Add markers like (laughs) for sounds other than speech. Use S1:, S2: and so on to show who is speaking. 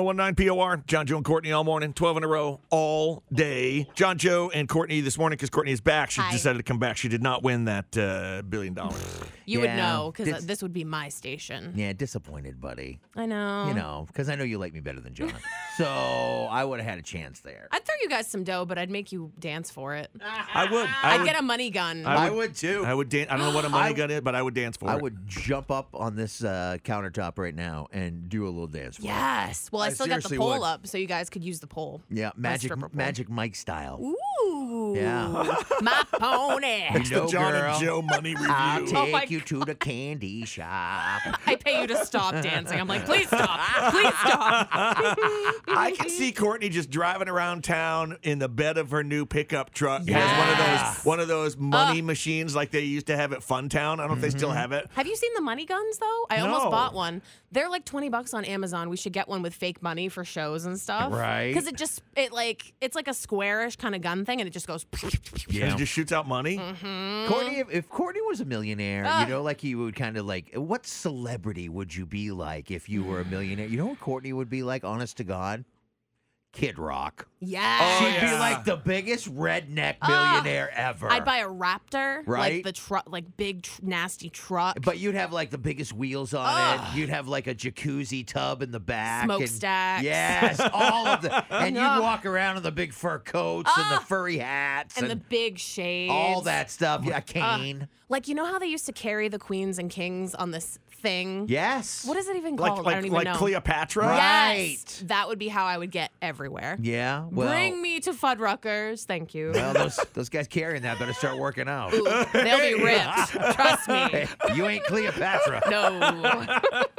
S1: 1019 POR, John Joe and Courtney all morning, 12 in a row, all day. John Joe and Courtney this morning because Courtney is back. She
S2: Hi.
S1: decided to come back. She did not win that uh, billion dollars.
S2: You
S3: Yeah,
S2: would know because
S3: this-
S2: this would be my station.
S3: Yeah, disappointed, buddy.
S2: I know.
S3: You know, because I know you like me better than John. so I would have had a chance there.
S2: I'd throw you guys some dough, but I'd make you dance for it.
S1: I would. I
S2: I'd
S1: would,
S2: Ah, get a money gun.
S1: I would-
S3: too.
S1: I would dance. I don't (gasps) know what a money gun is, but I would dance for
S3: I
S1: it.
S3: would jump up on this uh, countertop right now and do a little dance. For it.
S2: yes. Well, I,
S3: I
S2: still got the
S3: seriously
S2: pole
S3: would.
S2: up, so you guys could use the pole.
S3: Yeah, magic,
S2: stripper pole.
S3: magic Mike style.
S2: Ooh.
S3: Yeah.
S2: (laughs) My pony.
S1: It's the
S3: No,
S1: John
S3: girl.
S1: and Joe (laughs) money review.
S3: I'll
S2: Oh my Mm-hmm.
S3: take you to the candy shop.
S2: I pay you to stop dancing. I'm like, please stop. Please
S3: (laughs)
S2: stop.
S1: I can see Courtney just driving around town in the bed of her new pickup truck. It has
S2: Yes.
S1: one of those one of those money
S2: Uh.
S1: machines like they used to have at Funtown. I don't know if they still have it.
S2: Have you seen the money guns though? I almost
S1: No.
S2: bought one. They're like 20 bucks on Amazon. We should get one with fake money for shows and stuff.
S3: Right.
S2: Cuz it just it like it's like a squarish kind of gun thing and it just
S3: (laughs)
S2: goes (laughs)
S1: And it just shoots out money.
S2: Mm-hmm.
S3: Courtney, if, if Courtney was a millionaire,
S2: Ah.
S3: you know, like you would kind of like, what celebrity would you be like if you were a millionaire? You know what Courtney would be like, honest to God? Kid Rock.
S2: Yeah.
S1: Oh,
S3: She'd
S1: yeah.
S3: be like the biggest redneck
S2: Ah.
S3: millionaire ever.
S2: I'd buy a Raptor, like
S3: Right?
S2: the truck, like big tr- nasty truck,
S3: but you'd have like the biggest wheels on
S2: Ah.
S3: it. You'd have like a jacuzzi tub in the back. and-
S2: Smokestacks.
S3: yes, all
S2: (laughs)
S3: of the. And
S2: Ah.
S3: you'd walk around in the big fur coats and
S2: Ah.
S3: the furry hats
S2: and
S3: and,
S2: the big shades,
S3: all that stuff. Yeah, a cane.
S2: Like you know how they used to carry the queens and kings on this thing?
S3: yes.
S2: What is it even
S1: Like
S2: called? I
S1: like
S2: don't even
S1: like
S2: know.
S1: Cleopatra.
S3: Right.
S2: Yes.
S3: Right.
S2: That would be how I would get everywhere.
S3: Yeah. Well.
S2: Bring me to Fuddruckers. Thank you.
S3: Well, those those guys carrying that better start working out. (laughs)
S2: They'll be ripped. Trust me.
S3: Hey, you ain't Cleopatra.
S2: No.